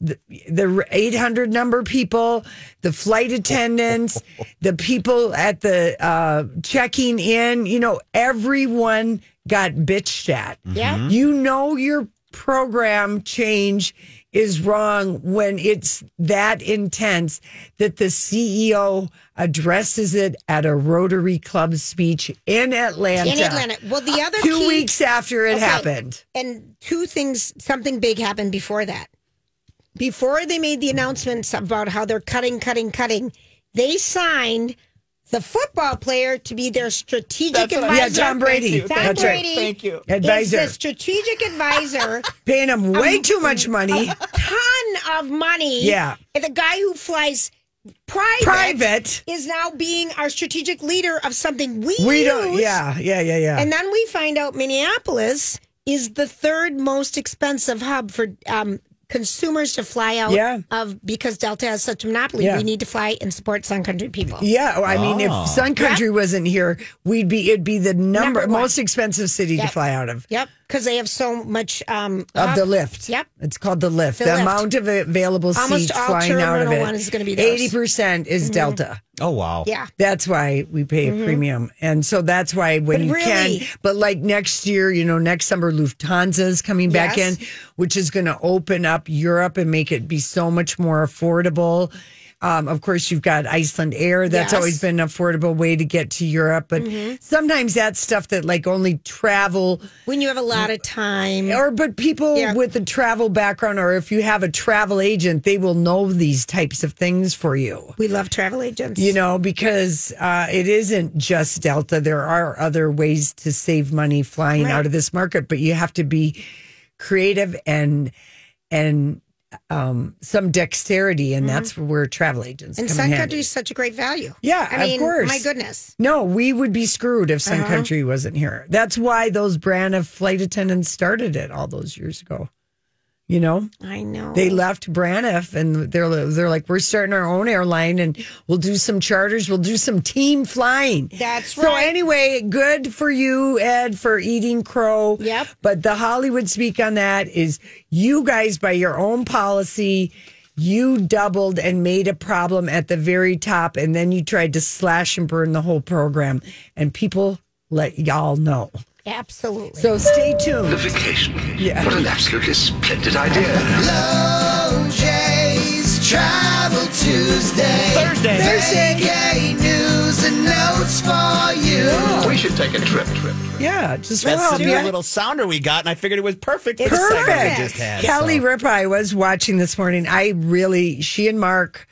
Speaker 2: the, the 800 number people, the flight attendants, the people at the uh, checking in, you know, everyone got bitched at.
Speaker 3: Yeah. Mhm.
Speaker 2: You know, your program change is wrong when it's that intense that the CEO addresses it at a Rotary Club speech in Atlanta.
Speaker 3: In Atlanta. Well, the other
Speaker 2: two
Speaker 3: key-
Speaker 2: weeks after it
Speaker 3: Okay.
Speaker 2: happened.
Speaker 3: and two things. Something big happened before that. Before they made the announcements about how they're cutting, cutting, cutting, they signed the football player to be their strategic advisor.
Speaker 2: yeah, Tom Brady.
Speaker 3: Tom
Speaker 2: That's right.
Speaker 3: Brady. Is
Speaker 2: Advisor.
Speaker 3: the strategic advisor.
Speaker 2: Paying him way too much money.
Speaker 3: ton of money.
Speaker 2: Yeah.
Speaker 3: And the guy who flies private,
Speaker 2: Private.
Speaker 3: is now being our strategic leader of something we
Speaker 2: We
Speaker 3: use.
Speaker 2: don't. Yeah, yeah, yeah, yeah.
Speaker 3: And then we find out Minneapolis is the third most expensive hub for um, consumers to fly out
Speaker 2: Yeah.
Speaker 3: of because Delta has such a monopoly.
Speaker 2: Yeah.
Speaker 3: We need to fly and support Sun Country people.
Speaker 2: yeah, well, I mean,
Speaker 3: Oh.
Speaker 2: if Sun Country wasn't here, we'd be it'd be the number,
Speaker 3: Number one.
Speaker 2: most expensive city
Speaker 3: Yep.
Speaker 2: to fly out of.
Speaker 3: Yep, because they have so much um,
Speaker 2: Of
Speaker 3: hub-
Speaker 2: the lift.
Speaker 3: Yep.
Speaker 2: It's called the lift.
Speaker 3: The
Speaker 2: The,
Speaker 3: lift.
Speaker 2: amount of available
Speaker 3: Almost
Speaker 2: seats
Speaker 3: all
Speaker 2: flying out of
Speaker 3: Terminal
Speaker 2: it.
Speaker 3: One is gonna be theirs. Mm-hmm.
Speaker 2: 80% is Delta.
Speaker 1: Oh wow.
Speaker 3: Yeah.
Speaker 2: That's why we pay a
Speaker 3: Mhm.
Speaker 2: premium. And so that's why when
Speaker 3: But
Speaker 2: you
Speaker 3: really-
Speaker 2: can, but like next year, you know, next summer, Lufthansa is coming back
Speaker 3: Yes.
Speaker 2: in, which is going to open up Europe and make it be so much more affordable. Um, of course, you've got Iceland Air. That's
Speaker 3: Yes. Mm-hmm.
Speaker 2: always been an affordable way to get to Europe. But sometimes that's stuff that like only travel
Speaker 3: When you have a lot of time.
Speaker 2: or but people
Speaker 3: Yeah.
Speaker 2: with a travel background or if you have a travel agent they will know these types of things for you
Speaker 3: we love travel agents.
Speaker 2: you know because uh, it isn't just delta there are other ways to save money flying
Speaker 3: Right.
Speaker 2: out of this market but you have to be creative and and um, some dexterity, and that's where travel agents
Speaker 3: Mm-hmm. And
Speaker 2: come
Speaker 3: Sun
Speaker 2: in handy.
Speaker 3: Country is such a great value.
Speaker 2: Yeah,
Speaker 3: I mean,
Speaker 2: of course.
Speaker 3: my goodness.
Speaker 2: No, we would be screwed if Sun
Speaker 3: Uh-huh.
Speaker 2: Country wasn't here. That's why those brand of flight attendants started it all those years ago. You know,
Speaker 3: I know
Speaker 2: they left Braniff, and they're they're like, we're starting our own airline, and we'll do some charters, we'll do some team flying.
Speaker 3: That's
Speaker 2: So anyway, good for you, Ed, for eating crow. Yep. But the Hollywood speak on that is you guys, by your own policy, you doubled and made a problem at the very top, and then you tried to slash and burn the whole program, and people let y'all know.
Speaker 3: Absolutely.
Speaker 2: So stay tuned.
Speaker 9: The vacation.
Speaker 2: Yeah.
Speaker 9: What an absolutely splendid idea.
Speaker 11: OJ's Travel Tuesday.
Speaker 9: Thursday.
Speaker 11: Thursday. Gay news and notes for you.
Speaker 9: We should take a trip.
Speaker 2: Yeah, just
Speaker 1: that's
Speaker 2: well,
Speaker 1: the new
Speaker 2: yeah.
Speaker 1: little sounder we got, and I figured it was perfect. for the segment we
Speaker 2: Perfect.
Speaker 1: just had,
Speaker 2: Kelly
Speaker 1: so.
Speaker 2: Ripa, I was watching this morning. I really, she and Mark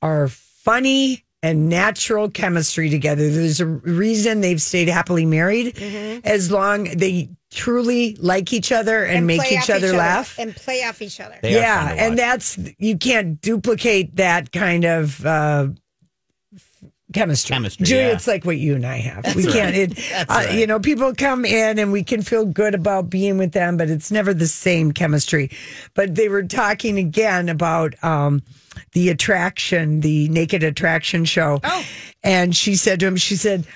Speaker 2: are funny and natural chemistry together. There's a reason they've stayed happily married as long they truly like each other and, make
Speaker 3: play
Speaker 2: each
Speaker 3: off
Speaker 2: other laugh.
Speaker 3: and play off each other.
Speaker 2: yeah, and that's you can't duplicate that kind of uh, chemistry. Chemistry, Julie,
Speaker 1: yeah.
Speaker 2: it's like what you and I have.
Speaker 1: That's
Speaker 2: we
Speaker 1: right.
Speaker 2: can't. It,
Speaker 1: That's
Speaker 2: uh,
Speaker 1: right.
Speaker 2: You know, people come in and we can feel good about being with them, but it's never the same chemistry. But they were talking again about um, the attraction, the naked attraction show, oh. and she said to him, she said.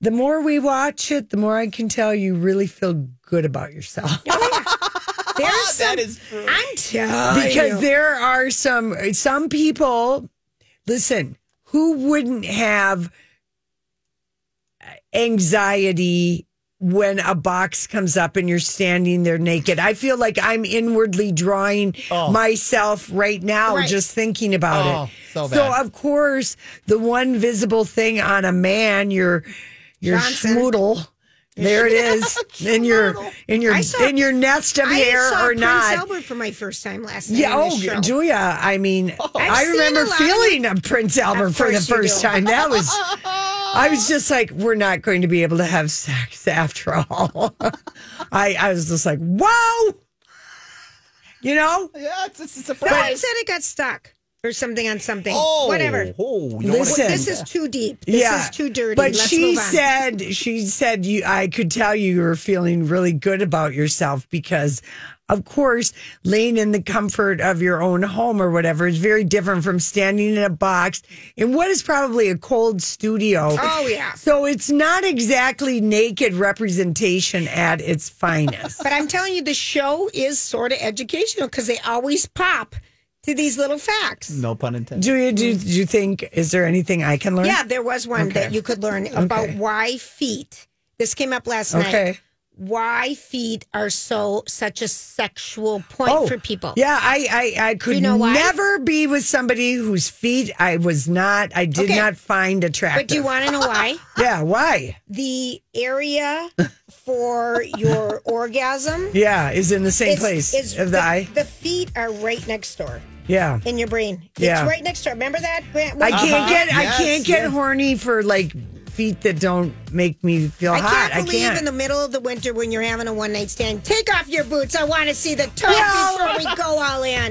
Speaker 2: The more we watch it, the more I can tell you really feel good about yourself.
Speaker 3: There's
Speaker 1: that
Speaker 3: some,
Speaker 1: is true.
Speaker 3: I'm telling
Speaker 2: because
Speaker 3: you.
Speaker 2: there are some some people listen who wouldn't have anxiety when a box comes up and you're standing there naked i feel like i'm inwardly drawing myself right now
Speaker 1: Oh. Right.
Speaker 2: just thinking about
Speaker 1: Oh,
Speaker 2: it
Speaker 1: so bad.
Speaker 2: of course the one visible thing on a man your your
Speaker 3: Johnson.
Speaker 2: schmoodle there it is in your in your
Speaker 3: I saw-
Speaker 2: in your nest of
Speaker 3: I
Speaker 2: hair
Speaker 3: saw
Speaker 2: or
Speaker 3: Prince
Speaker 2: not
Speaker 3: Albert for my first time last night.
Speaker 2: yeah,
Speaker 3: on
Speaker 2: oh,
Speaker 3: this show. Oh.
Speaker 2: Julia. I mean, I
Speaker 3: seen a
Speaker 2: remember
Speaker 3: lot of-
Speaker 2: feeling a Prince Albert for the
Speaker 3: course you
Speaker 2: first
Speaker 3: do.
Speaker 2: time. That was, I was just like, we're not going to be able to have sex after all. I, I was just like, whoa, you know.
Speaker 1: Yeah, it's, it's a
Speaker 3: Someone
Speaker 1: surprise.
Speaker 3: said it got stuck or something on something.
Speaker 1: Oh,
Speaker 3: Whatever.
Speaker 1: Oh, you know
Speaker 2: Listen,
Speaker 1: what?
Speaker 3: This is too deep. This is too dirty.
Speaker 2: But
Speaker 3: Let's
Speaker 2: she
Speaker 3: move on.
Speaker 2: said she said you I could tell you were feeling really good about yourself because of course laying in the comfort of your own home or whatever is very different from standing in a box in what is probably a cold studio.
Speaker 3: Oh, yeah.
Speaker 2: So it's not exactly naked representation at its finest.
Speaker 3: But I'm telling you, the show is sort of educational because they always pop to these little facts.
Speaker 1: no pun intended.
Speaker 2: do you do, do you think is there anything I can learn?
Speaker 3: Yeah, there was one that you could learn about why feet. This came up last night.
Speaker 2: Okay.
Speaker 3: Why feet are so such a sexual point for people.
Speaker 2: Oh, Yeah, I I, I could
Speaker 3: You know why?
Speaker 2: never be with somebody whose feet I was not I did
Speaker 3: Okay.
Speaker 2: not find attractive.
Speaker 3: But do you want to know why?
Speaker 2: Yeah, why?
Speaker 3: The area for your orgasm
Speaker 2: Yeah, is in the same
Speaker 3: is-
Speaker 2: place
Speaker 3: is
Speaker 2: of the, eye.
Speaker 3: The feet are right next door
Speaker 2: Yeah.
Speaker 3: in your brain. It's
Speaker 2: Yeah.
Speaker 3: right next door. Remember that? Grant?
Speaker 2: I can't
Speaker 1: Uh-huh.
Speaker 2: get
Speaker 1: Yes,
Speaker 2: I can't get
Speaker 1: yes.
Speaker 2: horny for like feet that don't make me feel
Speaker 3: I
Speaker 2: hot.
Speaker 3: can't believe in the middle of the winter when you're having a one night stand. Take off your boots. I want to see the toes
Speaker 2: No.
Speaker 3: before we go all in.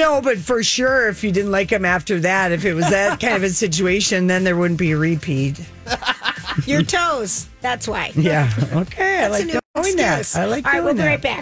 Speaker 2: No, but for sure if you didn't like him after that, if it was that kind of a situation, then there wouldn't be a repeat.
Speaker 3: Your toes. That's why.
Speaker 2: Yeah. Okay. I
Speaker 3: That's a
Speaker 2: like
Speaker 3: new
Speaker 2: doing
Speaker 3: excuse.
Speaker 2: that. I like
Speaker 3: All right,
Speaker 2: doing
Speaker 3: we'll be
Speaker 2: that.
Speaker 3: right back.